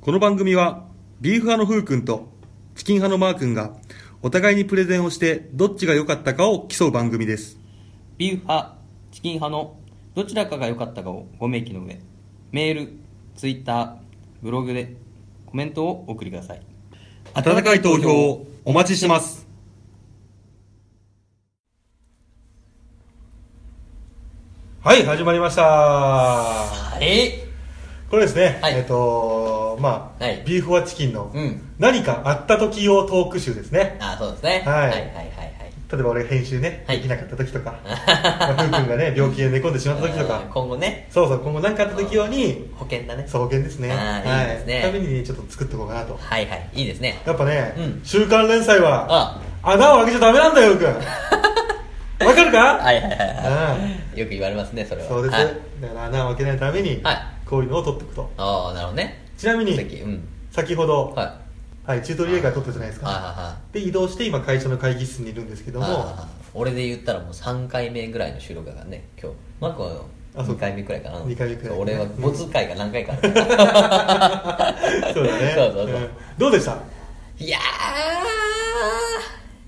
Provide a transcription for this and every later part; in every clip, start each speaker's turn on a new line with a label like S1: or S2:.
S1: この番組はビーフ派のふうくんとチキン派のマーくんがお互いにプレゼンをしてどっちが良かったかを競う番組です
S2: ビーフ派、チキン派のどちらかが良かったかをご明記の上、メール、ツイッター、ブログでコメントをお送りください。
S1: 温かい投票をお待ちしてますはい始まりました
S2: はい。
S1: これですね、
S2: はい
S1: えっ、とまあ、
S2: はい
S1: ビーフはチキンの
S2: うん
S1: 何かあった時用トーク集ですね
S2: あ、そうですね。
S1: はい
S2: はいはいはい
S1: 例えば俺が編集ね、
S2: はい
S1: できなかった時とかまあふうくんがね病気で寝込んでしまった時と
S2: うん
S1: か
S2: 今後ね、
S1: そうそう今後何かあった時用に
S2: 保険だね。
S1: 草原ですね
S2: あーいいですね
S1: はい、ためにねちょっと作っていこうかなと
S2: はいはい。いいですね。
S1: やっぱね、
S2: うん
S1: 週刊連載は
S2: あ、
S1: 穴を開けちゃダメなんだよよくん わかるか
S2: はいはいはいはい。よく言われますね、それは。
S1: そうです、
S2: はい
S1: だから穴を開けないために、
S2: はい
S1: こういうのを取っていくと
S2: ああ、なるほどね。
S1: ちなみ
S2: さっ
S1: に
S2: きうん。
S1: 先ほど、
S2: はい。
S1: はい、チュートリアルが撮ったじゃないです
S2: はいはい
S1: か
S2: はい。
S1: で移動して今会社の会議室にいるんですけども
S2: あー俺で言ったらもう3回目ぐらいの収録だからね今日マークは
S1: あそう
S2: 2回目くらいかな
S1: 二回目くらい
S2: そう俺は
S1: うん
S2: 没回が何回か あるから
S1: そうだね
S2: そうそうそう
S1: うんどうでした
S2: いや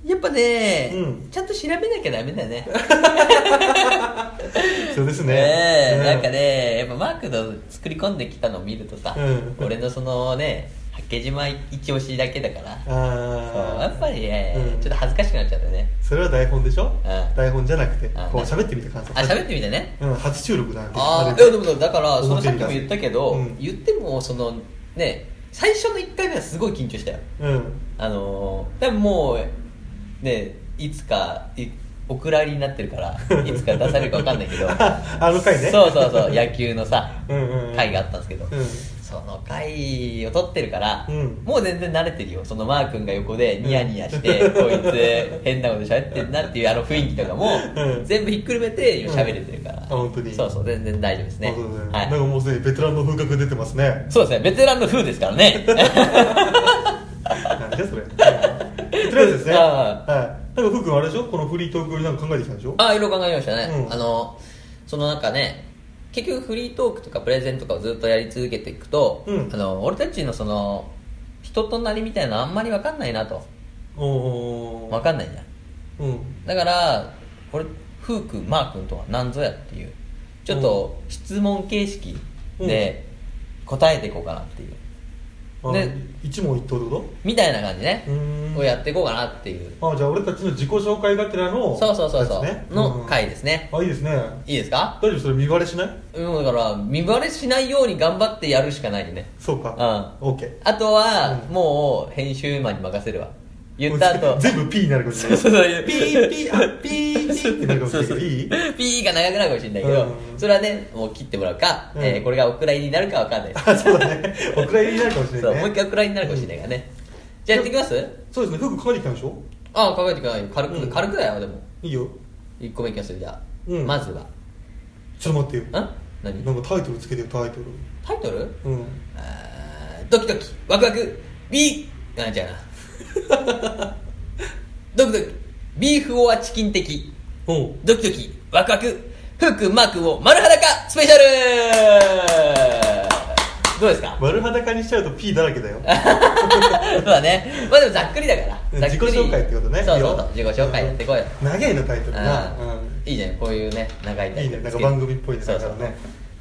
S2: ーやっぱね、
S1: うん
S2: ちゃんと調べなきゃダメだよね
S1: そうですね
S2: ねえ
S1: う
S2: なんかねやっぱマークの作り込んできたのを見るとさ、
S1: うん
S2: 俺のそのね八景島一押しだけだからそうや
S1: あ
S2: っ
S1: あ
S2: ぱりね、
S1: うん
S2: ちょっと恥ずかしくなっちゃったね
S1: それは台本でしょ
S2: うん
S1: 台本じゃなくて
S2: あ
S1: こう喋ってみた感想
S2: あ喋ってみてね
S1: うん、初収録なんで
S2: あ
S1: あ
S2: あいや
S1: れ
S2: でもだからその
S1: 表
S2: さっ
S1: に
S2: き
S1: 出
S2: も
S1: す
S2: 言ったけど、
S1: うん
S2: 言ってもそのね最初の1回目はすごい緊張したよ
S1: うん
S2: あのー、多分もうねいつかいお蔵入りになってるから いつか出されるか分かんないけど
S1: あの回ね
S2: そうそうそう野球のさ
S1: うんうんうん
S2: 回があったんですけど、
S1: うん
S2: その回を取ってるから、
S1: うん
S2: もう全然慣れてるよそのマー君が横でニヤニ ヤして、こいつ変なこと喋ってんなっていうあの雰囲気とかも、
S1: うん
S2: 全部ひっくるめて今喋れてるから、
S1: あ本当に
S2: そうそう全然大丈夫ですね
S1: あそうだね
S2: はい
S1: なんかもうすでにベテランの風格出てますね
S2: そうですね、ベテランの風ですから ね。
S1: なんで それとりあえずですね
S2: あ
S1: はいなんか福君あれでしょこのフリートークよりなんか考えてきたんでしょ
S2: ああ、いろいろ考えましたね。
S1: うん
S2: あの、そのなんかね、結局フリートークとかプレゼントとかをずっとやり続けていくと、
S1: うん
S2: あの俺たちのその、人となりみたいなのあんまり分かんないなと。
S1: おお
S2: 分かんないじゃん。
S1: うん
S2: だから、俺、フー君、マー君とは何ぞやっていう、ちょっと質問形式で答えていこうかなっていう、
S1: あ
S2: ね
S1: 一問一答ってこ
S2: みたいな感じね
S1: と、うん
S2: をやっていこうかなっていう。
S1: あじゃあ俺たちの自己紹介がてらの
S2: そうそうそうそ
S1: やつね
S2: う、の回
S1: うん
S2: ですね。
S1: あいいですね
S2: いいですか
S1: 大丈夫それ見バレしない
S2: うん、だから見バレしないように頑張ってやるしかないよね
S1: そうかオッケー
S2: あとは、
S1: うん
S2: もう編集マンに任せるわ言った後
S1: もう全部 P になるかもしれ
S2: そう
S1: ない
S2: そうそう
S1: ピーピーあピーピーってなるかもしれないけどいい
S2: ピーが長くなるかもしれないけど、
S1: うん
S2: それはねもう切ってもらうか、
S1: うん
S2: えーこれがお蔵入りになるかわかんないです
S1: あそうだねお蔵入りになるかもしれ
S2: そ
S1: な
S2: う
S1: い
S2: もう一
S1: ね
S2: 回お蔵入りになるかもしれないからね、じゃあやっていきます
S1: そうですね服考えてきたんでしょ
S2: ああ考えてください軽く、
S1: うん
S2: 軽くだよでも
S1: いいよ
S2: 1個目いきますよじゃあ、
S1: うん
S2: まずはん
S1: ちょっと待ってよ
S2: 何
S1: なんかタイトルつけてよタイト
S2: タイトル
S1: ルうん
S2: あードキドキワクワクビーあじゃあな ドキドキビーフオアチキン的
S1: おう
S2: ドキドキワクワクフックマークを丸裸スペシャルどうですか
S1: 丸裸にしちゃうと P だらけだよ
S2: そうだねまあでもざっくりだか
S1: うん
S2: らざ
S1: 自己
S2: っくり
S1: 紹介ってことね
S2: そうそう
S1: いい
S2: そう
S1: よ
S2: 自己紹介やってこいよ
S1: 長いなタイトルな
S2: うん
S1: うん
S2: いいじゃんこういうね長いタ
S1: い
S2: イ
S1: いね
S2: トル
S1: なん
S2: つ
S1: か
S2: けて
S1: 番組っぽいね
S2: そ
S1: だ
S2: う
S1: か
S2: そう
S1: らね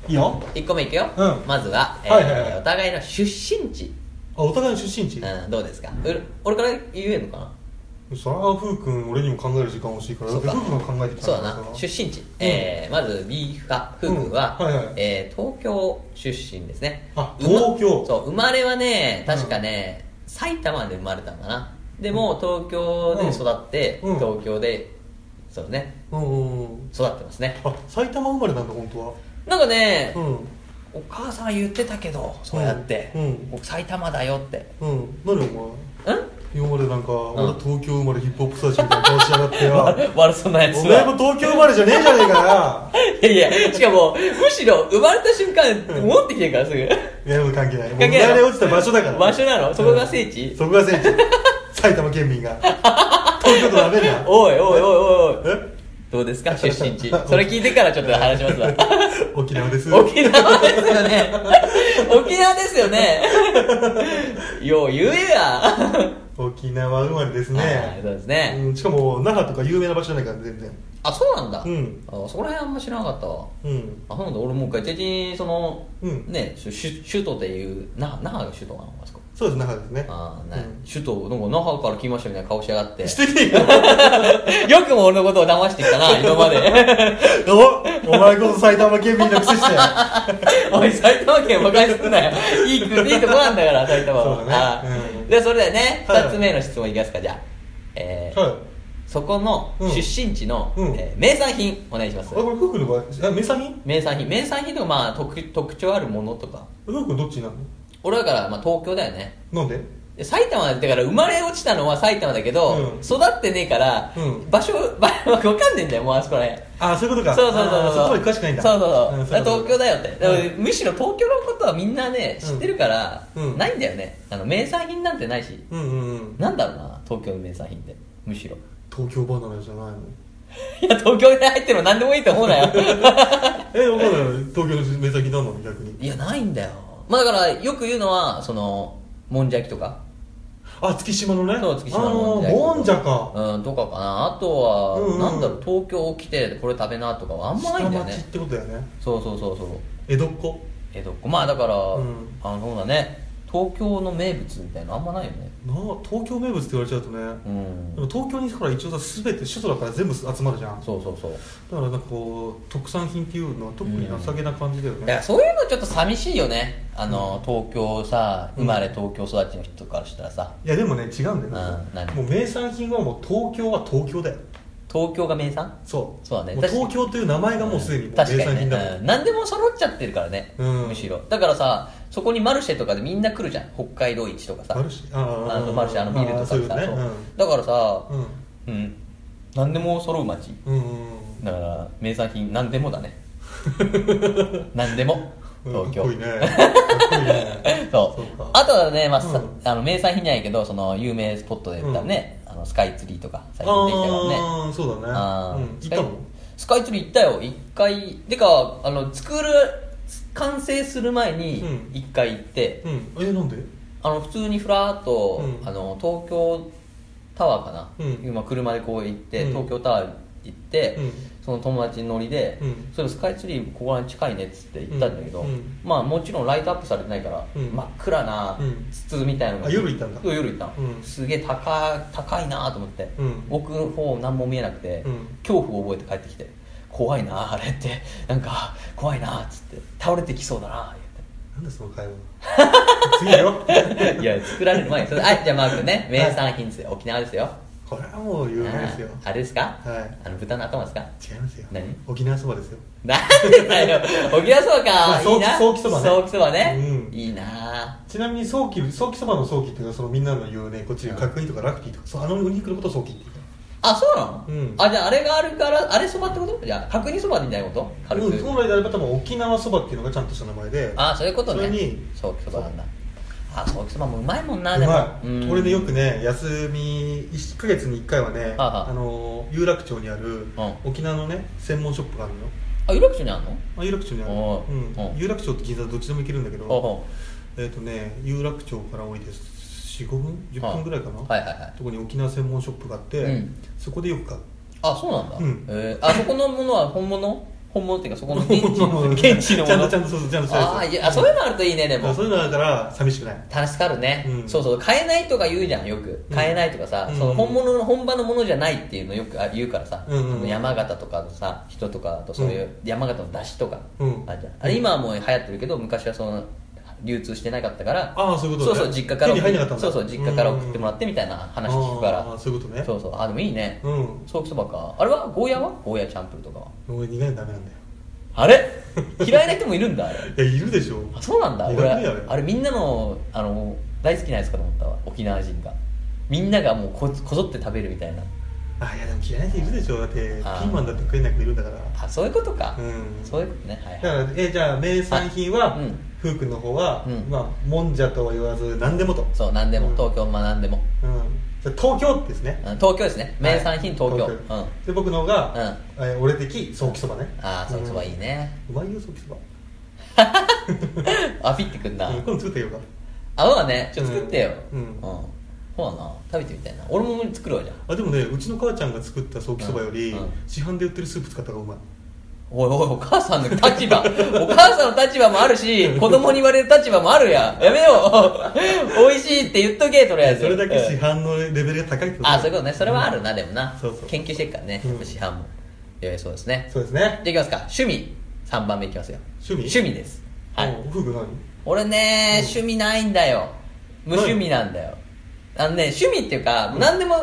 S1: いいよ
S2: 1個目いくよ、
S1: うん
S2: まずは、えー
S1: はいはいはい
S2: お互いの出身地、
S1: あお互いの出身地
S2: うん、どうですかう俺から言えるのかな
S1: そらふうくん俺にも考える時間欲しいからだ
S2: そ
S1: っ
S2: う
S1: て
S2: か
S1: ふうくんが考えてきた
S2: そうだ
S1: ん
S2: な
S1: から
S2: 出身地、えーまずビーフ派フー君は、
S1: うんはいはい
S2: えー東京出身ですね
S1: あ
S2: うま
S1: 東京
S2: そう生まれはね確かね、埼玉で生まれたのかなでも東京で育って、
S1: うんうん
S2: 東京でそうね
S1: うんうんうん
S2: 育ってますね
S1: あ埼玉生まれなんだ本当は
S2: なんかね
S1: う、ん
S2: お母さんは言ってたけどそうやって、
S1: うん
S2: 僕埼玉だよって
S1: うん何お
S2: うん
S1: 前今までなんか俺は東京生まれヒップホップスタジオみたいな顔しやがってよ
S2: 悪そう なやつ
S1: お前も
S2: は
S1: 東京生まれじゃねえじゃねえかよ
S2: いやいやしかもむしろ生まれた瞬間
S1: うん
S2: 戻ってきてるからすぐ
S1: いやもう関係ないもう
S2: 関係ない
S1: 生まれ落ちた場所だから
S2: 場所なのそこが聖地、
S1: そこが 聖地埼玉県民が東京とダメな
S2: おいおいおいおいおい
S1: え
S2: どう ですか出身地それ聞いてからちょっと話しますわ
S1: 沖縄です
S2: 沖縄ですよね 沖縄ですよねよう言えや
S1: 沖縄生まれです
S2: はい
S1: ね
S2: そうですね、
S1: うん、しかも那覇とか有名な場所じゃないから全然
S2: あそうなんだ、
S1: うん
S2: あそこら辺あんま知らなかったわ
S1: うん
S2: あそうなんだ俺もう一回一日その、
S1: うん
S2: ねしゅしゅ首都っていう那覇那覇が首都なのあそこ
S1: そうです那覇ですね
S2: あーな
S1: うん
S2: 首都なんか那覇から来ましたみたいな顔しやがって
S1: してねえよ
S2: よくも俺のことを騙してきたな今 まで
S1: おお前こそ埼玉県民のくせして
S2: おい埼玉県馬鹿にすんなよいい国いいとこなんだから埼玉は
S1: そうだね
S2: は
S1: う
S2: い
S1: ん
S2: でそれでね
S1: はい
S2: 2つ目の質問いきますかじゃあえー
S1: はい
S2: そこの
S1: うん
S2: 出身地の、
S1: うん
S2: えー名産品お願いしま
S1: あ
S2: す
S1: これ夫婦の場合あ名産品
S2: 名産品名産品とかまあ特特徴あるものとか
S1: 夫婦君どっちなの
S2: 俺だからまあ東京だよね
S1: なんで
S2: で埼玉だから生まれ落ちたのは埼玉だけど、
S1: うん
S2: 育ってねえから、
S1: うん
S2: 場所場わかんねえんだよもうあそこらへん
S1: あそういうことか
S2: そうそうそう
S1: あー
S2: そう
S1: そこまで詳しくないんだ
S2: そうそうそう、
S1: んい
S2: だから
S1: こと
S2: 東京だよって、
S1: うん
S2: だからむしろ東京のことはみんなね知ってるから、
S1: うん
S2: ないんだよねあの名産品なんてないし
S1: うんうんうん
S2: なんだろうな東京の名産品ってむしろ
S1: 東京離れじゃないの
S2: いや東京で入ってるの何でもいいと思うなよ
S1: え分かんない東京の名産品なんなの逆に
S2: いやないんだよまあだからよく言うのはそのもんじゃ焼きとか
S1: あ月島のね
S2: そう月島の
S1: あのーもんじゃか
S2: うん、とかかなあとは、
S1: うんうん
S2: なんだろう東京来てこれ食べなとかはあんまないんだよ
S1: 下町
S2: ね
S1: ってことだよね
S2: そうそうそうそう
S1: 江戸っ子
S2: 江戸っ子まあだから、
S1: うん
S2: あのそうだね東京の名物みたいなのあんまないよね
S1: な東京名物って言われちゃうとね、
S2: うん
S1: でも東京にほら一応さ全て首都だから全部集まるじゃんだか
S2: そうそうそう、
S1: らなんかこう特産品っていうのは特に情けな感じだよ
S2: だか
S1: ね、
S2: らそういうのちょっと寂しいよねあの東京さ生まれ東京育ちの人からしたらさ
S1: いやでもね違うんだよ、
S2: うん何
S1: もう名産品はもう東京は東京だよ
S2: 東京が名産
S1: そう
S2: そうだね
S1: もう
S2: 確かに
S1: 東京という名前がもうすでにもう名
S2: 確か
S1: 産
S2: に
S1: 品だもん、
S2: ね、うん、何でも揃っちゃってるからね、
S1: うん
S2: むしろだからさそこにマルシェとかでみんな来るじゃん北海道市とかさ
S1: マルシェあー
S2: あのマルシェあのビールとかさ
S1: あーそういうことね
S2: そう
S1: うん
S2: だからさ
S1: うん
S2: うん何でも揃う街
S1: うんうんうん
S2: だから名産品何でも だね何でも東京
S1: かっこ いいねかっこいいね
S2: そ
S1: そう
S2: う
S1: か
S2: あとはね、まあさ
S1: うん
S2: あの名産品じゃないけどその有名スポットで言ったらね、あのスカイツリーとか最近できたからね
S1: ああそうだね
S2: あ
S1: うん、
S2: ー
S1: 行ったもん
S2: スカイツリー行ったよ一回てかあの作る完成する前に
S1: うん
S2: 一回行って、
S1: うんえなんで
S2: あの普通にふらーっと、
S1: うん
S2: あの東京タワーかな、
S1: うん
S2: 今車でこう行って、
S1: うん
S2: 東京タワー行って、
S1: うん
S2: その友達乗りで、
S1: うん
S2: それスカイツリーここら辺近いねっつって行ったんだけど、
S1: うんうん
S2: まあもちろんライトアップされてないから、
S1: うん
S2: 真っ暗な
S1: うん
S2: 筒みたいなのが、
S1: あ夜行ったんだ
S2: そう夜行ったの、
S1: うん
S2: すげえ高い高いなと思って、
S1: うん
S2: 奥の方何も見えなくて、
S1: うん
S2: 恐怖を覚えて帰ってきて怖いなあれってなんか怖いなっつって倒れてきそうだなって
S1: なんでその会 話次よ
S2: いや作られる前にそれはいじゃあマー君ね名産品ですよ沖縄ですよ
S1: これはもう有名ですよ
S2: ああれですか
S1: はい
S2: あの豚の頭ですか
S1: 違いますよ
S2: 何
S1: 沖縄そばですよ
S2: なんでだよ沖縄そば
S1: まあ
S2: かいいな
S1: ソーキソーキそばね
S2: ソーキそばね
S1: うん
S2: いいな
S1: ちなみに早期早期そばの早期っていうのはそのみんなの言うねこっちの角煮とかラクティとかそうあのお肉のことを早期って言う
S2: あそうなの
S1: うん
S2: あじゃああれがあるからあれそばってことじゃあ角煮そばみたいなこと軽
S1: うん
S2: く
S1: 本来であれば多分沖縄そばっていうのがちゃんとした名前で
S2: あそういうこと
S1: それ
S2: ね
S1: に
S2: ソーキそばなんだあソーキそばもうまいもんな
S1: う
S2: でも
S1: ま
S2: う
S1: い
S2: ん
S1: 俺ねよくね休み1ヶ月に1回はね
S2: あは
S1: あの有楽町にある沖縄のね専門ショップがあるのよ
S2: あ有楽町にあるの
S1: まあ有楽町にある
S2: おう
S1: うん
S2: おう
S1: 有楽町って銀座どっちでも行けるんだけど
S2: ほうほ
S1: えっ、とね有楽町から多いです45分10分ぐらいかな、
S2: うはいはいはい
S1: とこに沖縄専門ショップがあって、
S2: うん
S1: そこでよく買う
S2: あそうなんだ、
S1: うん
S2: えーあそこのものは本物本物っていうかそこの現地現地の
S1: ち
S2: も
S1: ゃんと
S2: の
S1: ちゃんとそうそうちゃんとそう
S2: あーいやあそういうのあるといいね
S1: で
S2: でも
S1: そういうのだから寂しくない
S2: 助かるね、
S1: うん
S2: そうそう買えないとか言うじゃんよく
S1: うん
S2: 買えないとかさ、
S1: うん
S2: その本物の本場のものじゃないっていうのよくあ言うからさ、
S1: うんうんうん
S2: 山形とかのさ人とかとそういうう山形の出汁とか、
S1: うん
S2: あるじゃんあれ今はもう流行ってるけど昔はその流通してなかったから
S1: ああそういうことね
S2: そうそう実家から
S1: 手に入んなかったんだ
S2: そうそう実家から送ってもらってみたいな話聞くから、
S1: あーそういうことね
S2: そうそうあでもいいね、
S1: うん
S2: ソーキそばかあれはゴーヤはゴーヤチャンプルとかは
S1: 俺苦いのダメなんだよ
S2: あれ嫌いな人もいるんだあれ
S1: いやいるでしょ
S2: あそうなんだ
S1: い
S2: 俺
S1: らないよね
S2: あれみんなのあの大好きなやつかと思ったわ沖縄人がみんながもうここぞって食べるみたいな
S1: あいやでも嫌いな人いるでしょだってピ
S2: あー
S1: ーマンだって食えない子いるんだから
S2: あそういうことか、
S1: うん
S2: そういうことねはい
S1: だ
S2: はい
S1: からえじゃあ名産品は、
S2: あうん
S1: ふうくんの方は、
S2: うん
S1: まあもんじゃとは言わず何でもと
S2: そう何でも、
S1: うん
S2: 東京まあ何でも、
S1: うんじゃあ東京ですね
S2: うん、東京ですね名産品東京、うん
S1: で僕の方が、えー俺的ソーキそばね
S2: ああそいつはい
S1: い
S2: いね、
S1: うまいよソーキそば
S2: あピってくんな
S1: うん今度作ってあげようか
S2: 合うわねちょっと
S1: うん
S2: 作ってよ
S1: うん
S2: ほらな食べてみたいな俺も作るわじゃん
S1: あでもねうちの母ちゃんが作ったソーキそばより、
S2: うんうん
S1: 市販で売ってるスープ使った方がうまい
S2: おいおいお母さんの立場お母さんの立場もあるし 子供に言われる立場もあるやんやめよう 美味しいって言っとけとりあえず
S1: それだけ市
S2: うん
S1: 販のレベルが高いってこと
S2: あそういうことねそれはあるな、でもな
S1: そうそう
S2: 研究してっからね、
S1: うん
S2: 市販もいやいやそうですね
S1: そうですね
S2: じゃあいきますか趣味3番目いきますよ
S1: 趣味
S2: 趣味ですはい、
S1: うんフグ何
S2: 俺ね、
S1: うん
S2: 趣味ないんだよ無趣味なんだよあのね趣味っていうか、
S1: うん
S2: 何でも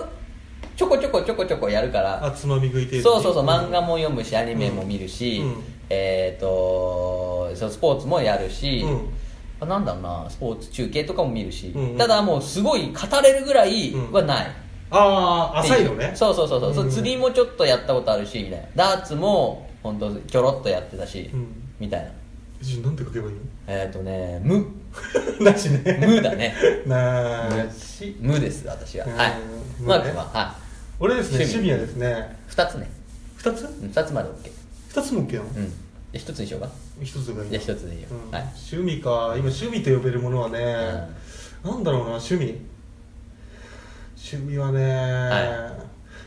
S2: ちょこちょこちょこちょこやるから
S1: あつまみ食い程度に
S2: そうそうそう漫画も読むしアニメも見るし、
S1: うん
S2: えっ、とそうスポーツもやるし、
S1: うん
S2: あなんだろうなスポーツ中継とかも見るし、
S1: うんうん
S2: ただもうすごい語れるぐらいはない、
S1: ああ浅いのね
S2: そうそうそうそう、
S1: うん
S2: 釣りもちょっとやったことあるしみたいなダーツも本当ちょろっとやってたし、
S1: うん
S2: みたいな
S1: じゃあなんて書けばいい
S2: えっ、とね無
S1: の なしね
S2: 無だね
S1: なし
S2: 無です私は
S1: うん
S2: はい
S1: 無
S2: マ
S1: ね
S2: ー君はは
S1: 俺ですね
S2: 趣
S1: 趣
S2: 味
S1: 味はですね
S2: い2つね
S1: 2つ
S2: うん2つまで OK
S1: 2つも OK なの
S2: うんじゃあ1つにしようか
S1: 一つがいい
S2: じ
S1: な
S2: ゃあ1つでいいよ、
S1: うん
S2: はい
S1: 趣味か今趣味と呼べるものはね、なんだろうな趣味趣味はね、
S2: は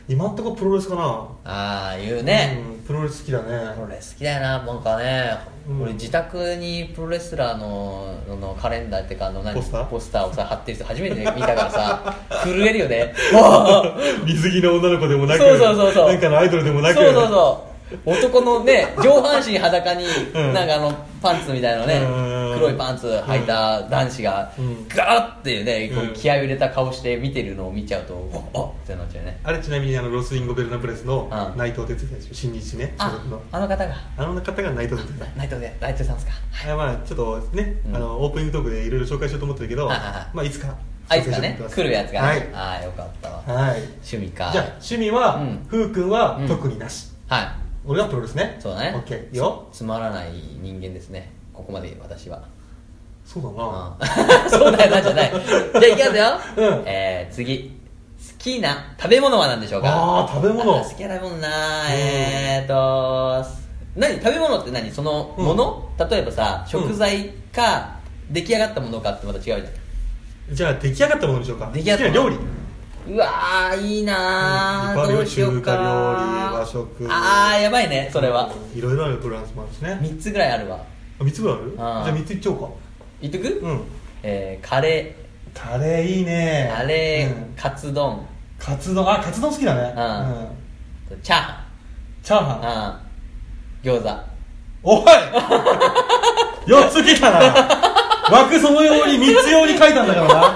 S1: 今んとこプロレスかな
S2: ああ言うね、
S1: うん、プロレス好きだ
S2: プロ
S1: ね
S2: レス好きだよななんかね、
S1: うん
S2: 俺自宅にプロレスラーのののカレンダーってかあの何
S1: ポスター
S2: ポスターをさ貼ってる人初めて 見たからさ震えるよねわあ
S1: 水着の女の子でもなく
S2: そうそうそうそう
S1: なんかのアイドルでもなく
S2: そうそうそう男のね上半身裸に、
S1: うん
S2: なんかあのパンツみたいなのね
S1: うん
S2: 黒いパンツ履いた男子が、
S1: うん
S2: ガーってねこ
S1: う
S2: うん気合を入れた顔して見てるのを見ちゃうと、あっってなっちゃうね
S1: あれちなみにあのロスインゴ・ベルナプレスの
S2: うん
S1: 内藤哲也選手新日ね所
S2: あ
S1: 属の
S2: あの方が
S1: あの方が内藤哲也
S2: 内藤で内藤さんですか
S1: いやまあちょっとね、
S2: うん
S1: あのオープニングトークでいろいろ紹介しようと思ってるけど、
S2: はいはいはい
S1: まあいつか
S2: あいつかね来るやつが、
S1: は
S2: ね
S1: い、
S2: ああよかったわ
S1: はい、
S2: 趣味か
S1: じゃあ趣味は、
S2: うん
S1: ふうくんは特になし、
S2: は
S1: 俺はプロレスね
S2: いそうだね
S1: オッケーいいよ
S2: つまらない人間ですねここまで私は
S1: そうだな、
S2: うん そうだよなじゃないじゃあいきますよ、
S1: うん
S2: えー、次好きな食べ物は何でしょうか
S1: あー食べ物
S2: あー好きな食べ物な、
S1: うん
S2: えーと何食べ物って何そのもの、例えばさ食材か、出来上がったものかってまた違うじゃん
S1: じゃあ出来上がったものにしようか
S2: 出来上がった
S1: 好きな料理
S2: うわーいいなー、
S1: うん
S2: どうしようか
S1: 中華料理和食
S2: ああやばいねそれは、
S1: いろいろあるプロレスもあるしね
S2: 3つぐらいあるわ
S1: あ3つぐらいある
S2: ん
S1: じゃあ3ついっちゃおうか
S2: 言っとく、
S1: うん
S2: えー、カレ
S1: カレーいいね
S2: ーカレー、
S1: うん
S2: カツ丼
S1: カツ丼あカツ丼好きだね
S2: うん
S1: うん
S2: チャーハン
S1: チャーハン
S2: あー餃子
S1: おい4つ来たな枠そのように3つ用に書いたんだから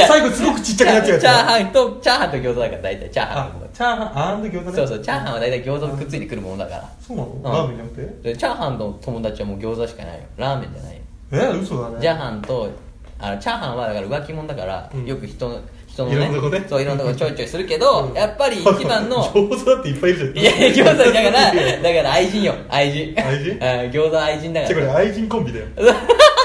S1: な最後すごくちっちゃくなっちゃうやつ
S2: チャーハンとチャーハンと餃子だから大体チャーハン
S1: あ
S2: の
S1: チャーハンあんで餃子ね
S2: そうそうチャーハンは大体餃子とくっついてくるものだから
S1: そうなの、
S2: ん
S1: ラーメンじゃなくて
S2: でチャーハンの友達はもう餃子しかないよラーメンじゃないよ
S1: え嘘だね
S2: チャーハンとあのチャーハンはだから浮気者だから、
S1: うん
S2: よく人の人の
S1: いろんなとこね
S2: そういろんなとこちょいちょいするけど、
S1: うん
S2: やっ ぱり一番の
S1: 餃子だっていっぱいいるじゃん
S2: いやいや餃子だから だ
S1: いや
S2: から愛人よ愛人
S1: 愛人
S2: うん餃子愛人だ
S1: じゃ
S2: か
S1: あこれ
S2: ら
S1: 愛人コン ビだよ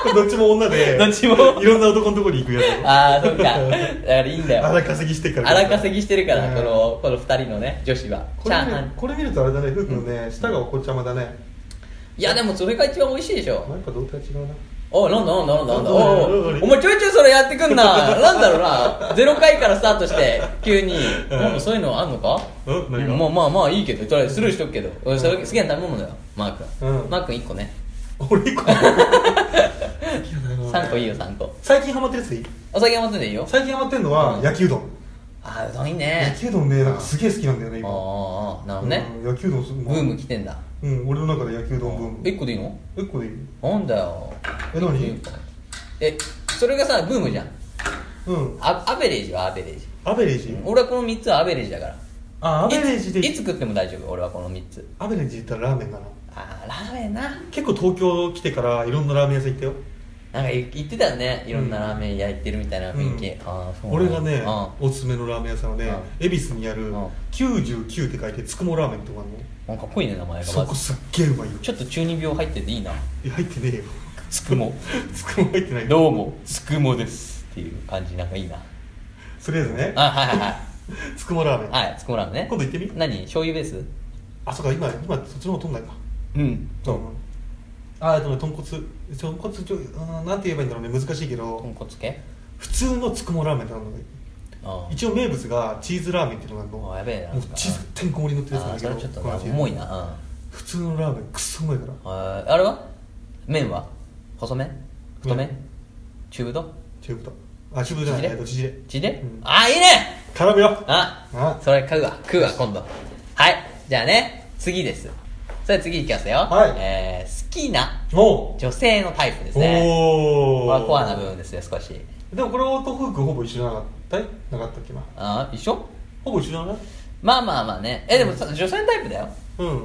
S1: これどっちも女で
S2: どっちも
S1: いろんな男のとこに行くやつ
S2: ああそっかだからいいんだよ
S1: 荒稼ぎしてっから
S2: 荒稼ぎしてるから、
S1: うん
S2: このこの2人のね女子は
S1: こ
S2: チ
S1: れ
S2: ャー
S1: 見
S2: ハ
S1: る
S2: ン
S1: これ見るとあれだねふうくんね舌がお子ちゃまだね
S2: いやでもそれが一番美味しいでし
S1: ま
S2: ょ
S1: あやっぱ胴体違うな
S2: おいなんだなんだなんだな
S1: なん
S2: んだ
S1: だ
S2: おいおい
S1: なんだ
S2: お前ちょいちょいそれやってく んななんだろうなゼロ回からスタートして急に
S1: うん
S2: なんかそういうのあんのか
S1: うん何が
S2: まあまあまあいいけどとりあえずスルーしとくけど俺それ好きな食べ物だよマー君、
S1: うん
S2: マー君1個ね
S1: 俺一個
S2: 3個いいよ3個
S1: 最近ハマってるやついい
S2: お酒持ってていいよ
S1: 最近ハマってんのは焼きうどん
S2: ああうどんい
S1: 焼
S2: いね
S1: きうどんねなんかすげえ好きなんだよね
S2: あー
S1: 今
S2: あーあーなるほどね
S1: うん焼きうどんす
S2: ブーム来てんだ
S1: うん俺の中で焼きうどんブーム
S2: 1個でいいの
S1: 一個でいい
S2: なんだよ
S1: え何
S2: えそれがさブームじゃん
S1: うん
S2: あアベレージはアベレージ
S1: アベレージ
S2: 俺はこの3つはアベレージだから
S1: あアベレージで
S2: いついつ食っても大丈夫俺はこの3つ
S1: アベレージで言ったらラーメンかな
S2: あーラーメンな
S1: 結構東京来てからいろんなラーメン屋さん行ったよ
S2: なんか言ってたねいろんなラーメン焼いてるみたいな雰囲気、
S1: うん
S2: ああそう
S1: 俺がね
S2: あ
S1: おすすめのラーメン屋さんはね
S2: う
S1: 恵比寿にある
S2: うん
S1: 99って書いてつくもラーメンってとかある
S2: なんかかっこいいね名前
S1: の
S2: が
S1: そ
S2: ま
S1: こ
S2: ず
S1: すっげえうまいよ
S2: ちょっと中二病入ってていいない
S1: や入ってねえよ
S2: つくも
S1: つくも入ってないよ
S2: どうもつくもですっていう感じなんかいいな
S1: とりあえずね
S2: あはいはい
S1: つくもラーメン
S2: はいはいつくもラーメンね
S1: 今度行ってみ
S2: 何醤油ベース
S1: あそうか今今そっちの方取んないか
S2: うん
S1: うんああでも豚骨豚骨ちょうんなんて言えばいいんだろうね難しいけど
S2: 豚骨系
S1: 普通のつくもラーメンってあるのね
S2: あ
S1: 一応名物がチーズラーメンっていうのがある
S2: あ
S1: の
S2: やべえな
S1: もうチーズてんこ盛りのってるやつ
S2: ああそ
S1: な
S2: れ
S1: んだ
S2: ちょっ
S1: け
S2: と
S1: ど
S2: な
S1: この味
S2: 重いな
S1: 普通のラーメンくっそうまいから
S2: うんあーあれは麺は細麺太麺中太
S1: 中太あ中太じゃないえっと縮れ
S2: ちで
S1: うん
S2: あいいね
S1: 絡むよ
S2: あ
S1: あ
S2: それ食うわ食うわ今度はいじゃあね次ですそれ次いきますよ
S1: はい
S2: えー好きな
S1: おう
S2: 女性のタイプですね
S1: お
S2: これはコアな部
S1: 分
S2: 分ですよ少し
S1: でもこれ男夫婦ほぼ一緒じゃなかったいなかったっけな
S2: ああ一緒
S1: ほぼ一緒じゃない
S2: まあまあまあねえでもさ女性のタイプだよ
S1: うん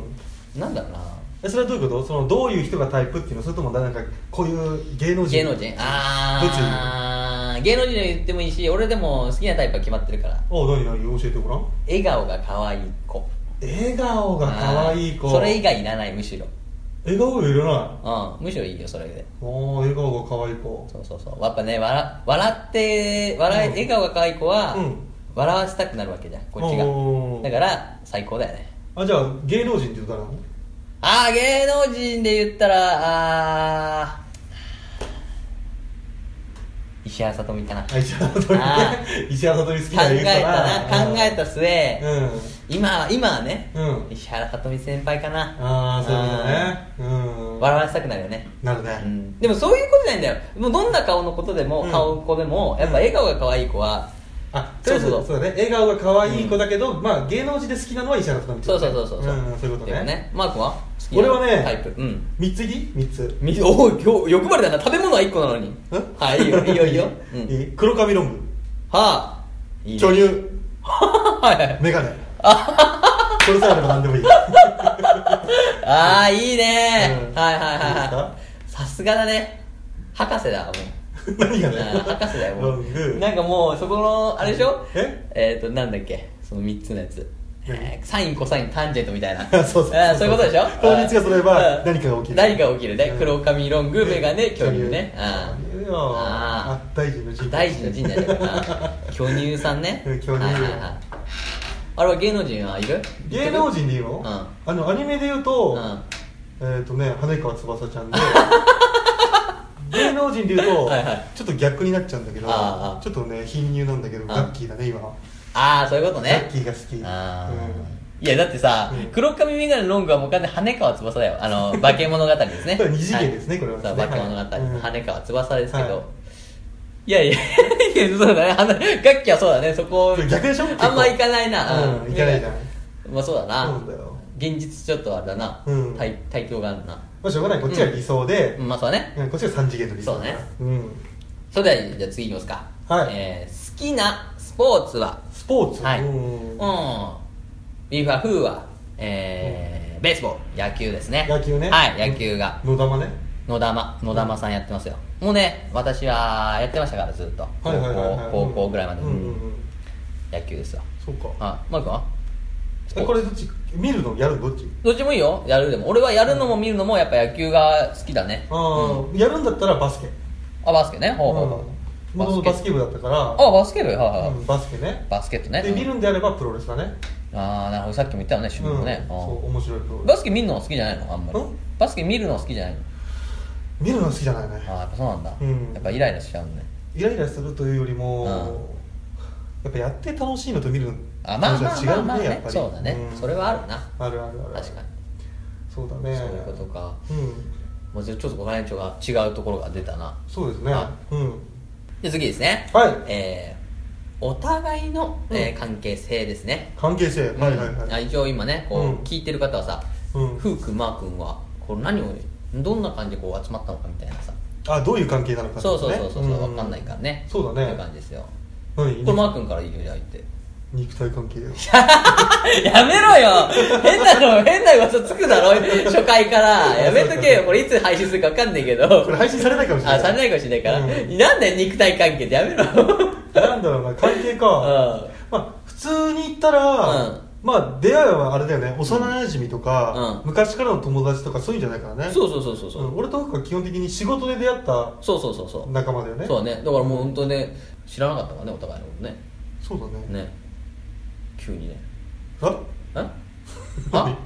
S2: なんだろうな
S1: えそれはどういうことそのどういう人がタイプっていうのそれともなんかこういう芸能人
S2: 芸能人ああ芸能人で言ってもいいし俺でも好きなタイプは決まってるから
S1: どっちおう何何教えてごらん
S2: 笑顔が可愛い子
S1: 笑顔が可愛い子
S2: あーそれ以外いらないむしろ
S1: 笑顔がいらない
S2: うんむしろいいよそれで
S1: おー笑顔が可愛い子
S2: そうそうそうやっぱね笑笑って笑い、
S1: うん
S2: 笑顔が可愛い子は、
S1: うん
S2: 笑わせたくなるわけじゃんこっちが
S1: おー
S2: だから最高だよね
S1: あじゃあ芸能人って言うと誰なの
S2: ああ芸能人で言ったらあー石原さとみかな考
S1: あ石原さとみ
S2: あ
S1: ね 石原さとみ好き
S2: え
S1: な言うか
S2: たな
S1: な
S2: 考えた末、
S1: うん
S2: 今は今はね、
S1: うん
S2: 石原さとみ先輩かな
S1: ああそういうことねうん
S2: 笑わせたくなるよね
S1: なる
S2: う
S1: ね
S2: んでもそういうことじゃないんだよもうどんな顔のことでも、
S1: うん
S2: 顔の子でもやっぱ笑顔が可愛い子は、
S1: あとりあえず
S2: そう
S1: そ
S2: そうう
S1: だね笑顔が可愛い子だけどまあ芸能人で好きなのは石原さとみって
S2: そ
S1: こ
S2: う
S1: と
S2: そう
S1: ね
S2: そうそうそう、
S1: んんそういうこと
S2: で
S1: ね
S2: もねマー君は好きな
S1: 俺はね
S2: タイプうん
S1: 3つ入り3つ
S2: みおいよ欲張りだな食べ物は1個なのにはいいい よいいよいいよ、うん、は
S1: え黒髪ロン
S2: あい
S1: グ
S2: い
S1: 巨
S2: ね
S1: 乳
S2: はいはい
S1: メガネこれさえあれば何でもい い
S2: ああいいね、
S1: うん
S2: はいはいはい
S1: いいですか
S2: はいさすがだね博士だもう
S1: 何が
S2: うん
S1: ね
S2: 博士だよ
S1: ロ
S2: も
S1: ン
S2: う
S1: グ
S2: なんかもうそこのあれでしょ
S1: え
S2: えっ、となんだっけその3つのやつ
S1: 何
S2: えーサインコサインタンジェントみたいな
S1: そうそうそう
S2: あーそういうことでしょ
S1: 法律が揃えば
S2: うん
S1: 何かが起きる
S2: 何か起きるね
S1: うん
S2: 黒髪ロングメガネ巨乳ねあ
S1: 巨乳よ
S2: あ
S1: あ大臣の人
S2: 大事の神社だよな巨乳さんね
S1: うん巨乳
S2: はいはいはいあれは芸能人はいる
S1: 芸能人でいいの、
S2: うん
S1: あのアニメで言う
S2: う
S1: と、
S2: んは
S1: えっ、ー、とね羽川翼ちゃん で芸能人で言うと
S2: はいはい
S1: ちょっと逆になっちゃうんだけど
S2: あーあー
S1: ちょっとね貧乳なんだけど
S2: ん
S1: ガッキーだね今は
S2: ああそういうこと
S1: ガ
S2: ね
S1: ッキーが好き
S2: あ
S1: うん
S2: ーいやだってさ、
S1: うん
S2: 黒髪メガネロングはもう完全に羽川翼だよ あの化け物語ですね
S1: 二次元ですねこれはね
S2: そう化け物語、
S1: はいうん
S2: 羽川翼ですけど、
S1: はい
S2: いやいやいやそうだねあの楽器はそうだねそこ
S1: それ逆でしょ
S2: あんま行かないな
S1: うん行かないじゃん
S2: まあそうだな
S1: そうだよ
S2: 現実ちょっとあれだな、
S1: うん
S2: 対対響があるな
S1: まあしょうがないこっちが理想で
S2: う、んまあそうだね
S1: うんこっちが三次元の理想だからうん、
S2: それではじゃあ次いきますか
S1: はい
S2: えー好きなスポーツは
S1: スポーツ、
S2: はい
S1: うん
S2: うんビーフはフーはえーベースボール野球ですね
S1: 野球ね
S2: はい野球が
S1: 野玉ね
S2: 野玉野玉さんやってますよもうね私はやってましたからずっと高
S1: はいはいはいは
S2: 校
S1: い
S2: 高校ぐらいまで
S1: うんうんうん
S2: 野球ですよ
S1: そうか
S2: あマー君はスポー
S1: え
S2: ツ
S1: これどっち見るのやるのどっち
S2: どっちもいいよやるでも俺はやるのも見るのもやっぱ野球が好きだね
S1: ああ、やるんだったらバスケ
S2: あバスケねほうほう
S1: も
S2: ほ
S1: ともと
S2: バ
S1: バ
S2: ス
S1: ス
S2: ケ
S1: ケ部だったから
S2: あバスケ部はいはいはい
S1: うんバスケね
S2: バスケットね
S1: で見るんであればプロレスだね
S2: ああなるほどさっきも言ったよね趣味もね、
S1: うん
S2: あー
S1: そう面白いプロレ
S2: バ
S1: ス
S2: スケ見るのは好きじゃないのあんまり
S1: ん
S2: バスケ見るのは好きじゃないの
S1: 見るの好きじゃないね
S2: ああやっぱそうなんだ、
S1: うん
S2: やっぱイライラしちゃうのね
S1: イライラするというよりもやっぱやって楽しいのと見るの
S2: あまあまあ
S1: 楽しい
S2: ま
S1: のは
S2: あまあ
S1: 違うねやっ
S2: ね
S1: ぱり
S2: そうだね、
S1: ん
S2: それはあるな
S1: あるあるある
S2: 確かに、
S1: そうだね
S2: そういうことか
S1: うん
S2: もうちょっとごめんちょが違うところが出たな
S1: そうですね
S2: は
S1: うん
S2: で次ですね
S1: はい
S2: えーお互いの、えー
S1: うん
S2: 関係性ですね、
S1: 関係性はいはい
S2: うんあ
S1: はい
S2: 一応今ねこう、
S1: うん
S2: 聞いてる方はさ
S1: うん
S2: ふうくんまーくんはこれ何をどんな感じでこう集まったのかみたいなさ
S1: あどういう関係なのかって
S2: そ
S1: こ
S2: うそ
S1: と
S2: う
S1: ね
S2: そうそう、う分かんないからね
S1: そうだ
S2: という
S1: ね
S2: 感じですよ
S1: 何
S2: これマー君からいいよじゃあ言って
S1: 肉体関係だよ
S2: やめろよ変なの変な噂つくだろ初回からやめとけよこれいつ配信するか分かんないけど
S1: これ配信されないかもしれな
S2: あ
S1: い
S2: されないかもしれないから、
S1: うん
S2: なんだよ肉体関係ってやめろ
S1: なんだろうな関係か、まあ普通に言ったら、
S2: うん
S1: まあ出会いはあれだよね幼馴染とか、
S2: うん
S1: 昔からの友達とかそういうんじゃないからね
S2: そうそうそうそうそうう、
S1: ん俺と僕は基本的に仕事で出会った
S2: そうそうそうそう、
S1: 仲間だよね
S2: そうだねだからもう本当ね知らなかったからねお互いのことね
S1: そうだね
S2: ね急にね
S1: あ
S2: え
S1: 何
S2: あ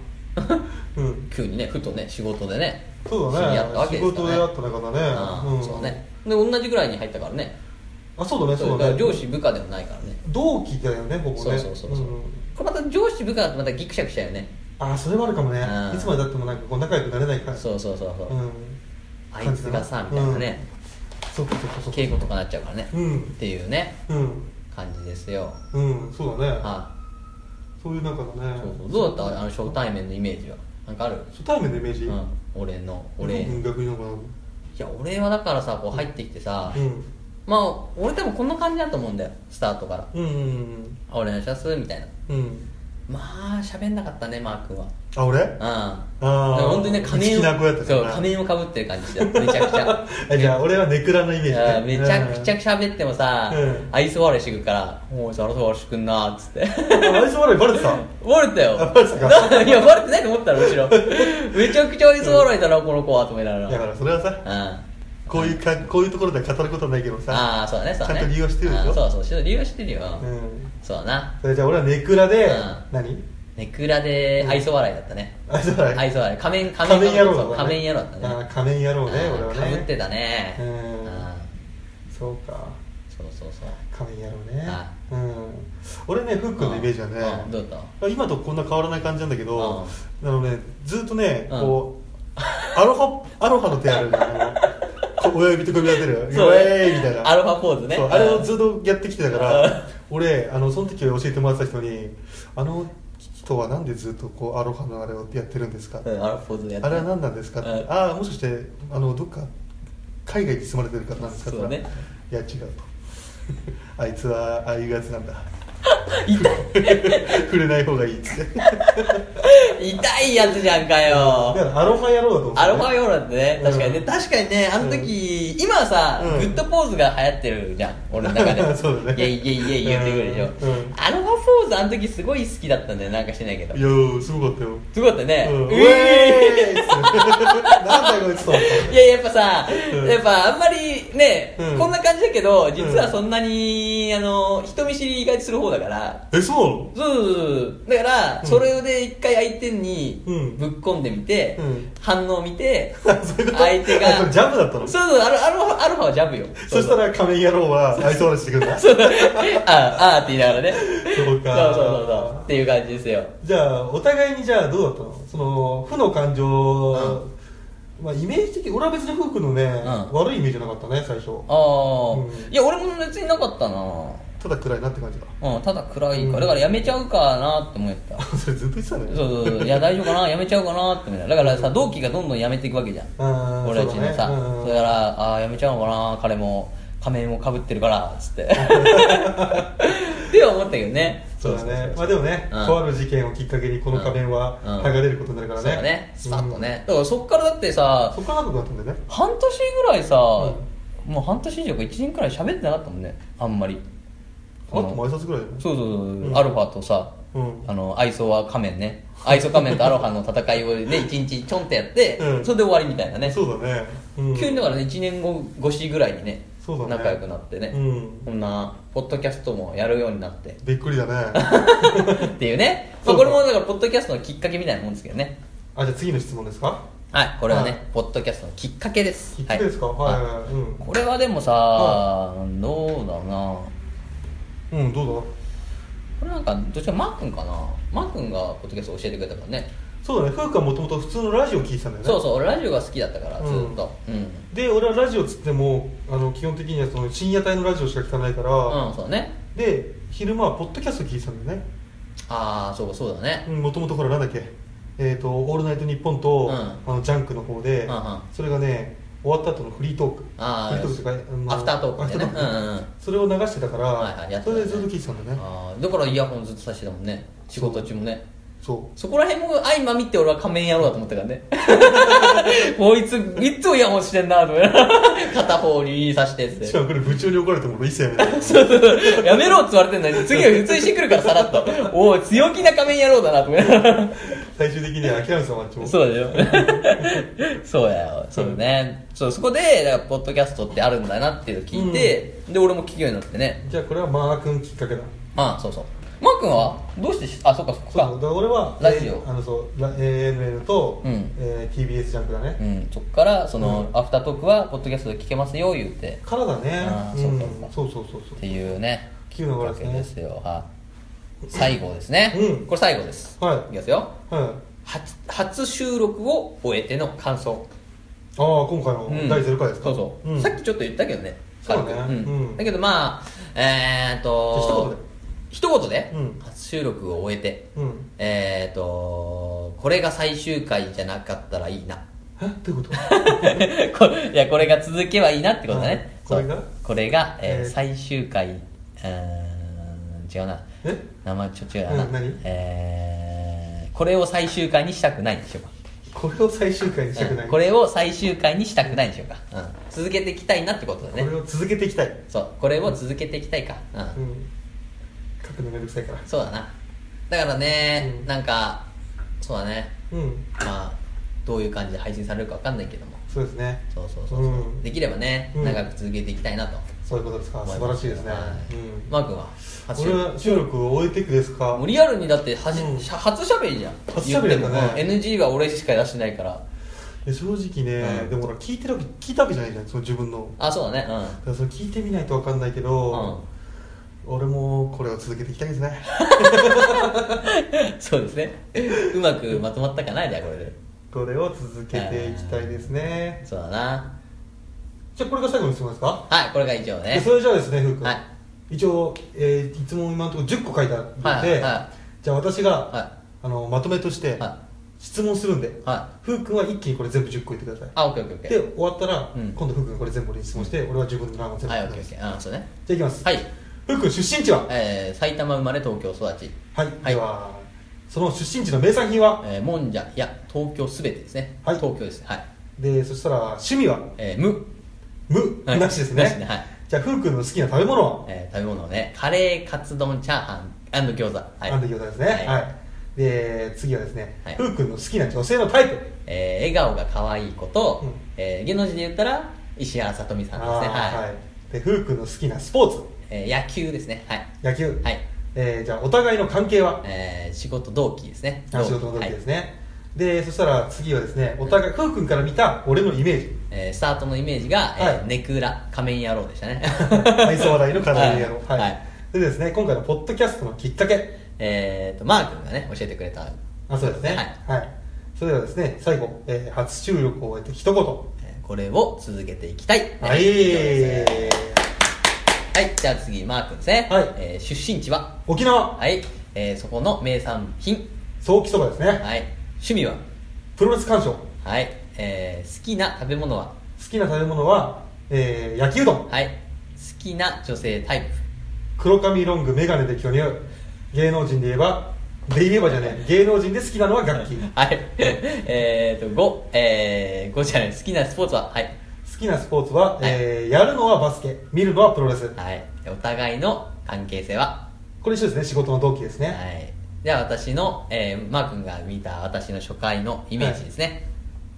S1: うん
S2: 急にねふとね仕事でね
S1: そう
S2: 知
S1: だ
S2: り
S1: ね
S2: 合ったわけです
S1: 仕
S2: か
S1: 事
S2: らね
S1: であった仲だね
S2: うんそうねで同じぐらいに入ったからね
S1: あそうだね
S2: そ
S1: そうう
S2: だ
S1: だ
S2: から
S1: ね
S2: 上司部下でもないからね
S1: 同期だよねほぼね
S2: そうそうそうそう、
S1: ん
S2: これまた上司部下だとまたギクシャクしちゃうよね
S1: ああそれもあるかもね
S2: うん
S1: いつまでたってもなんかこう仲良くなれないから
S2: そうそうそうそう、
S1: うん
S2: あいつがさみたいなね、
S1: そうそうそうそう
S2: 稽古とかなっちゃうからね、
S1: う
S2: っ
S1: ん
S2: ていうね
S1: うん
S2: 感じですよ
S1: うんそうだね
S2: は
S1: そういう仲だ
S2: い
S1: ね
S2: そうそうどうだったあの初対面のイメージはなんかある、
S1: 初対面のイメージ
S2: うん、俺の俺、
S1: 文学のか
S2: いや俺はだからさこう入ってきてさ、
S1: なうん
S2: まあ俺多分こんな感じだと思うんだよスタートから
S1: うんうん
S2: 「あお願いします」みたいな
S1: うんうん
S2: まあ喋んなかったねマー君は
S1: あ俺
S2: うん
S1: あー
S2: 本当にね仮面
S1: 好きな子やっ
S2: を
S1: た
S2: そう
S1: な
S2: 仮面をかぶってる感じしてためちゃくち ゃ
S1: えじゃあ俺はネクラのイメ
S2: いや
S1: ー
S2: め
S1: ジね
S2: ちゃくちゃ喋ってもさ、
S1: うん
S2: 愛想笑いしてくるから「もうそろそろしてくんな」っつって
S1: うんあ愛想笑いバレてた
S2: バレたよ
S1: あバレてたか
S2: いやバレてないと思ったらむしろ めちゃくちゃ愛想笑いだな、この子はと思いながら
S1: だからそれはさ
S2: うん
S1: こういうかこういうところでは語ることはないけどさ
S2: ああそうだねそうだね
S1: ちゃんと利用してるでしょ
S2: あーそうそうしてる利用してるよ、
S1: うん
S2: そうだな
S1: それじゃあ俺はネクラで
S2: うん
S1: 何
S2: ネクラで愛想笑いだったね、
S1: 愛想笑い
S2: 愛想笑い仮面
S1: 仮面野郎だ
S2: そう
S1: ね
S2: 仮面野郎だった
S1: あ
S2: ね
S1: ー仮面野郎ね俺はね
S2: かぶってたね
S1: うん
S2: あ
S1: そうか
S2: ーそうそうそう
S1: 仮面野郎ね
S2: は
S1: うん俺ねフックのイメージはね
S2: うんどうだっ
S1: 今とこんな変わらない感じなんだけどあのねずっとね
S2: うん
S1: こうアロハ アロハの手あるのあのこ親指と首立てる
S2: そう
S1: ウェーイみたい
S2: た
S1: な
S2: アルファポーズね
S1: そうあれを
S2: っ
S1: ずっとやってきてたか
S2: うん
S1: ら俺あのその時教えてもらってた人に「あの人はなんでずっとこうアロハのあれをやってるんですか?」
S2: うんアルファポーズでやって
S1: あれは何なんですか?」って
S2: うん
S1: 「ああもしかしてあのどっか海外に住まれてる方なんですか?」って言ったら
S2: そうだね
S1: いや違う」と 「あいつはああいうやつ なんだ」 触れない方がいいっつってだか
S2: 痛いやつじゃんかよ
S1: らアロハ野郎だと思って
S2: アルファヨーロってね
S1: うん
S2: 確かにね確かにねあの時、今はさ、
S1: うん
S2: グッドポーズが流行ってるじゃん俺の中 で
S1: そうだね
S2: イェイイェイイェイ言ってくるでしょ、
S1: うんうん
S2: アルファポーズあの時すごい好きだったんだよなんかしてないけど
S1: いやーすごかったよ
S2: すごかったね、
S1: うん
S2: う
S1: ウェー
S2: え
S1: イっつってなんだよこいつと思った
S2: いややっぱさ、
S1: うん
S2: やっぱあんまりね、
S1: うん
S2: こんな感じだけど実はそんなに、あの人見知り意外とする方だから
S1: えそうなの
S2: そうそうそうだから、
S1: うん
S2: それで一回相手に
S1: うん
S2: ぶっ込んでみて、
S1: うん
S2: 反応見て
S1: そういうこと
S2: 相手
S1: あこ
S2: が
S1: れジャブだった
S2: そう
S1: の
S2: そうアルアルファアルファはジャブよ
S1: そしたら仮面野郎は愛想話してくるんだ
S2: そうそうああーあーって言いながらね
S1: そうか
S2: そうそうそうそうっていう感じですよ
S1: じゃあお互いにじゃあどうだったのその負の感情、まあイメージ的俺は別にフークのね、
S2: ん
S1: 悪いイメージなかったね最初
S2: ああ、
S1: うん
S2: いや俺も別になかったな
S1: ただ暗いなって感じだ
S2: うん、ただ暗いから、
S1: うん
S2: だからやめちゃうかなって思ってた
S1: それずっと言ってたね
S2: そうそうそういや大丈夫かなやめちゃうかなって思ってただからさ同期がどんどんやめていくわけじゃん
S1: あー
S2: 俺たち
S1: そ
S2: のさ
S1: うだね
S2: そ,、
S1: うん
S2: れからああーやめちゃうのかな彼も仮面もかぶってるからっつって って思ったけどね
S1: そうだねまあでもね、
S2: うん
S1: とある事件をきっかけにこの仮面は
S2: うんうん
S1: 剥がれることになるから
S2: そう
S1: ね、
S2: だねスパッとね、だからそっからだって
S1: うん、
S2: さ
S1: そこから仲良くなったんだよね
S2: 半年ぐらいさ、もう半年以上か1年くらい喋ってなかったもんねあんまり
S1: あとも挨拶ぐらいじゃない
S2: そうそうそう、
S1: うん
S2: アルファとさ、
S1: うん
S2: あの愛想は仮面ね愛想仮面とアロハの戦い をね一日ちょんってやって、
S1: うん
S2: それで終わりみたいなね
S1: そうだね、うん
S2: 急にだからね1年後越しぐらいにね
S1: そうだね
S2: 仲良くなってね、
S1: うん
S2: こんなポッドキャストもやるようになって
S1: びっくり だね
S2: っていうね、まあ、
S1: そう
S2: こ
S1: だ
S2: れもだからポッドキャストのきっかけみたいなもんですけどね
S1: あじゃあ次の質問ですか
S2: はいこれはね、
S1: はい
S2: ポッドキャストのきっかけです
S1: きっかけですかはいはいはいうん
S2: これはでもさ、
S1: は
S2: どうだろうな
S1: うんどうだ
S2: これなんかどっちかマー君かなマー君がポッドキャスト教えてくれたからね
S1: そうだねフークはもともと普通のラジオ聞いてたんだよね
S2: そうそう俺ラジオが好きだったからずっ
S1: う
S2: と
S1: ん
S2: うん、
S1: で俺はラジオっつってもあの基本的にはその深夜帯のラジオしか聞かないから、
S2: うん、そうね
S1: で昼間はポッドキャスト聞いてたんだよね
S2: ああそうそうだね
S1: もともとほらなんだっけえっ、と「オールナイトニッポンと」
S2: うん
S1: あのジャンクの方で、
S2: うんうん
S1: それがね終わった後のフリートーク
S2: あー
S1: フリートークというかあの
S2: アフタートーク
S1: ア
S2: っ
S1: フ
S2: て
S1: タ
S2: ね
S1: ートーク
S2: うんうんうん
S1: それを流してたから、
S2: はいはいやっ
S1: そ
S2: てたね
S1: れでずっと聞いてたんだよね
S2: あーだからイヤホンずっとさしてたもんね仕事中もね
S1: そ
S2: そこら辺も相まみって俺は仮面野郎だと思ったからね こいついつもイヤホンしてんなと思いながら片方にさしてっ
S1: うしてかもこれ部長に怒られても俺一切やめない
S2: そうそうそうやめろって言われてんのに次は普通にしてくるからさらっと おお強気な仮面野郎だなと思いながら
S1: 最終的には諦めてたもんあっちも
S2: そうだよ そうだよそうだねそうそこでだからポッドキャストってあるんだなっていうのを聞いて、で俺も聞くようになってね
S1: じゃあこれはマー君きっかけだ
S2: まあそうそうマー君はどうしてしあそっかそっ
S1: そうだ
S2: か
S1: だから俺は
S2: ラジオ
S1: えーあのそうラ ANN と、
S2: うん
S1: えー TBS ジャンクだね、
S2: うんそっからその、
S1: うん
S2: アフタートークはポッドキャストで聞けますよ言って
S1: からだね
S2: あー
S1: うん
S2: そ
S1: そううそうそうそ
S2: っていうね
S1: 急な
S2: わ
S1: 流れです
S2: け
S1: ね
S2: ですよはい最後ですね、
S1: うん
S2: これ最後です、
S1: はい
S2: きますよ
S1: うはい
S2: 初初収録を終えての感想、
S1: ああ今回の
S2: うん
S1: 第0回ですか、
S2: そうそう、
S1: ん
S2: さっきちょっと言ったけどね
S1: そうね
S2: 軽く
S1: うん
S2: だけどまあえー、っと一言で
S1: うん
S2: 初収録を終えて、
S1: うん
S2: えー、っとこれが最終回じゃなかったらいいな
S1: えどういうこと
S2: こいやこれが続けばいいなってことだね、
S1: うんこれが
S2: そうこれが、えー
S1: えー
S2: 最終回うーん違うな
S1: え
S2: 名前ちょっと違うな、
S1: うん何
S2: えーこれを最終回にしたくないでしょうか
S1: これを最終回にしたくない、
S2: うんこれを最終回にしたくないでしょうか、うん続けていきたいなってことだ
S1: これ
S2: ね
S1: を続けていきたい
S2: そうこれを続けていきたいか、うん
S1: うん書くのめんどくさいから
S2: そうだなだからね、
S1: うん
S2: なんかそうだね
S1: うん
S2: まあどういう感じで配信されるか分かんないけども
S1: そうですね
S2: そうそうそうそう、
S1: うん
S2: できればね
S1: うん
S2: 長く続けていきたいなと
S1: そういうことですか
S2: 思
S1: 素
S2: い
S1: 晴
S2: ま
S1: ら
S2: す
S1: しいですね、
S2: はい
S1: うん
S2: マー君は初
S1: 俺は収録を終えてくですか
S2: もうリアルにだってはじ、
S1: うん
S2: しゃ初しゃべりじゃん
S1: 初しゃべりだね
S2: 言ってもうん NG は俺しか出してないから
S1: で正直ね、
S2: うん
S1: でもほら聞いてるわけ聞いたわけじゃないじゃんその自分の
S2: あそうだね
S1: だからそれ聞いてみないとわかんないけ
S2: う
S1: ど、
S2: ん、
S1: 俺もこれを続けていきたいです ね
S2: うん、 そうですねうまくまとまったかないだこれで
S1: これを続けていきたいですね
S2: そうだな
S1: じゃあこれが最後の質問ですか、
S2: はいこれが以上
S1: で
S2: ね
S1: それじゃあですねふうくん、
S2: はい
S1: 一応、えー、いつも今のところ10個書いてあるので、
S2: はいは
S1: じゃあ私が、
S2: は
S1: あのまとめとして、
S2: いは
S1: 質問するんで
S2: いはい
S1: ふうくんは一気にこれ全部10個言ってください
S2: あオッケーオッケー
S1: で
S2: オッ
S1: 終わったら、
S2: うん
S1: 今度ふうくんがこれ全部俺に質問して、俺は自分の欄を
S2: ケ
S1: 全
S2: ー
S1: 部
S2: はいオ
S1: 答
S2: ッケ
S1: え
S2: ーオ
S1: ます
S2: ッケーうんそうね
S1: じゃあいきます、
S2: はい
S1: ふうくん出身地は
S2: えー、埼玉生まれ東京育ち、
S1: はい、
S2: はい
S1: ではその出身地の名産品は
S2: えー、もんじゃいや東京すべてですね
S1: はい
S2: 東京ですはい
S1: でそしたら趣味は
S2: えー、無
S1: 無、
S2: はい
S1: なしですね
S2: なしねはい
S1: じゃあふうくんの好きな食べ物は、
S2: えー、食べ物はねカレーカツ丼チャーハン餃子はい
S1: なんていうことですね
S2: はい
S1: はい、で次はですね、
S2: はい
S1: ふうくんの好きな女性のタイプ
S2: えー、笑顔が可愛い子と、
S1: うん
S2: えー芸能人で言ったら石原さとみさんですね
S1: あー
S2: はい、
S1: はいでふうくんの好きなスポーツ
S2: えー野球ですねはい、
S1: 野球、
S2: はい
S1: えーじゃあお互いの関係は
S2: えー仕事同期ですね
S1: あ仕事の時で
S2: はい
S1: すね、でそしたら次はですねお互い、ふうくんから見た俺のイメー ジ
S2: えースタートのイメージが、えー
S1: はい
S2: ネクラ仮面野郎でしたね、
S1: 愛想笑いの課題やろ
S2: は
S1: はいい、
S2: はい
S1: でですね今回のポッドキャストのきっかけ
S2: えー、とマー君がね教えてくれた、
S1: あそうですねはい、それではですね最後、えー初収録を終えて一言は
S2: えーこれを続けていきたい
S1: い、
S2: えー以上ですはいじゃあ次マー君ですね、
S1: はい
S2: えー出身地は
S1: 沖縄
S2: はい、えーそこの名産品
S1: 早期そばですね、
S2: はい趣味は
S1: プロレス鑑賞好
S2: はい、えー好きな食べ物は
S1: きな食べ物は、えー、焼きうどん
S2: はい好きな女性タイプ
S1: 黒髪ロングメガネで巨乳芸能人で言えばで言えばじゃねえ芸能人で好きなのは 楽器好
S2: はいえーと5えー、5じゃない好きなスポーツははい、
S1: きなスポーツは、えーやるのはバスケ見るのはプロレス
S2: はい、お互いの関係性は、
S1: これ一緒ですね仕事の同期です
S2: は
S1: ね、
S2: い、じゃあ私の、えー、マー君が見た私の初回のイメージですね、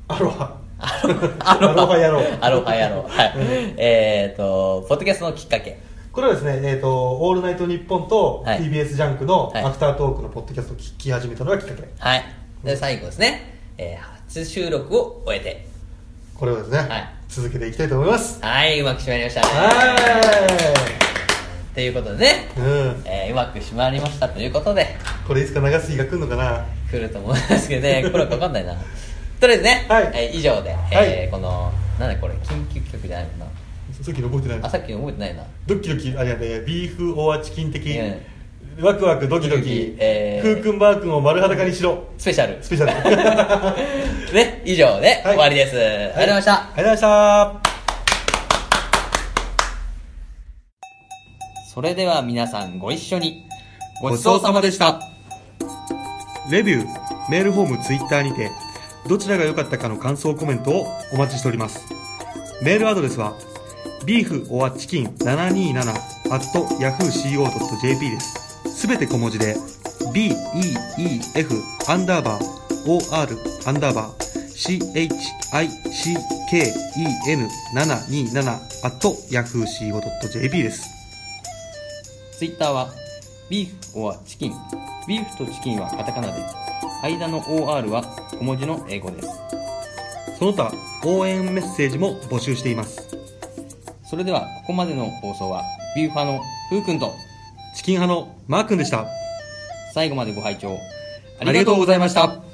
S1: アロハ
S2: アロハ
S1: アロハ野郎
S2: アロハ野郎はい、えーとポッドキャストのきっかけ
S1: これはですね、えーと「オールナイトニッポン」と
S2: はい
S1: TBS ジャンクの
S2: はい
S1: アフタートークのポッドキャストを聞き始めたのがきっかけ、
S2: はいで最後ですね、えー、初収録を終えて
S1: これをですね、
S2: はい
S1: 続けていきたいと思います
S2: はいうまく締まりました
S1: は
S2: ということでね、
S1: い、うん、
S2: えーうまく締まりましたということで
S1: これいつか流す日が来るのかな
S2: 来ると思うんですけどね、これは分かんないな。とりあえずね、
S1: はい
S2: えー以上で、え
S1: はい
S2: ーこの、なんだこれ、緊急企画じゃないのな。
S1: さっきの覚えてない
S2: あ、さっきの覚えてないな。
S1: ドキドキあいやねビーフオアチキン的、
S2: え
S1: ワクワクドキドキ
S2: ドキドキえー
S1: フーくんバーくんを丸裸にしろ
S2: スペシャル。
S1: スペシャ ルありがとう
S2: ね、以上で、終わりです。ありがとうございました。
S1: ございました
S3: それでは皆さんご一緒に
S1: ごちそうさまでしたレビューメールフォームツイッターにてどちらが良かったかの感想コメントをお待ちしておりますメールアドレスは beeforchicken727-yahooco.jp ですすべて小文字で beef アンダーバー or アンダーバー chicken727-yahooco.jp です
S3: Twitter はビーフ or チキンビーフとチキンはカタカナで間の OR は小文字の英語です
S1: その他応援メッセージも募集しています
S3: それではここまでの放送はビューファのふうくんと
S1: チキン派のマー君でした
S3: 最後までご拝聴
S1: ありがとうございました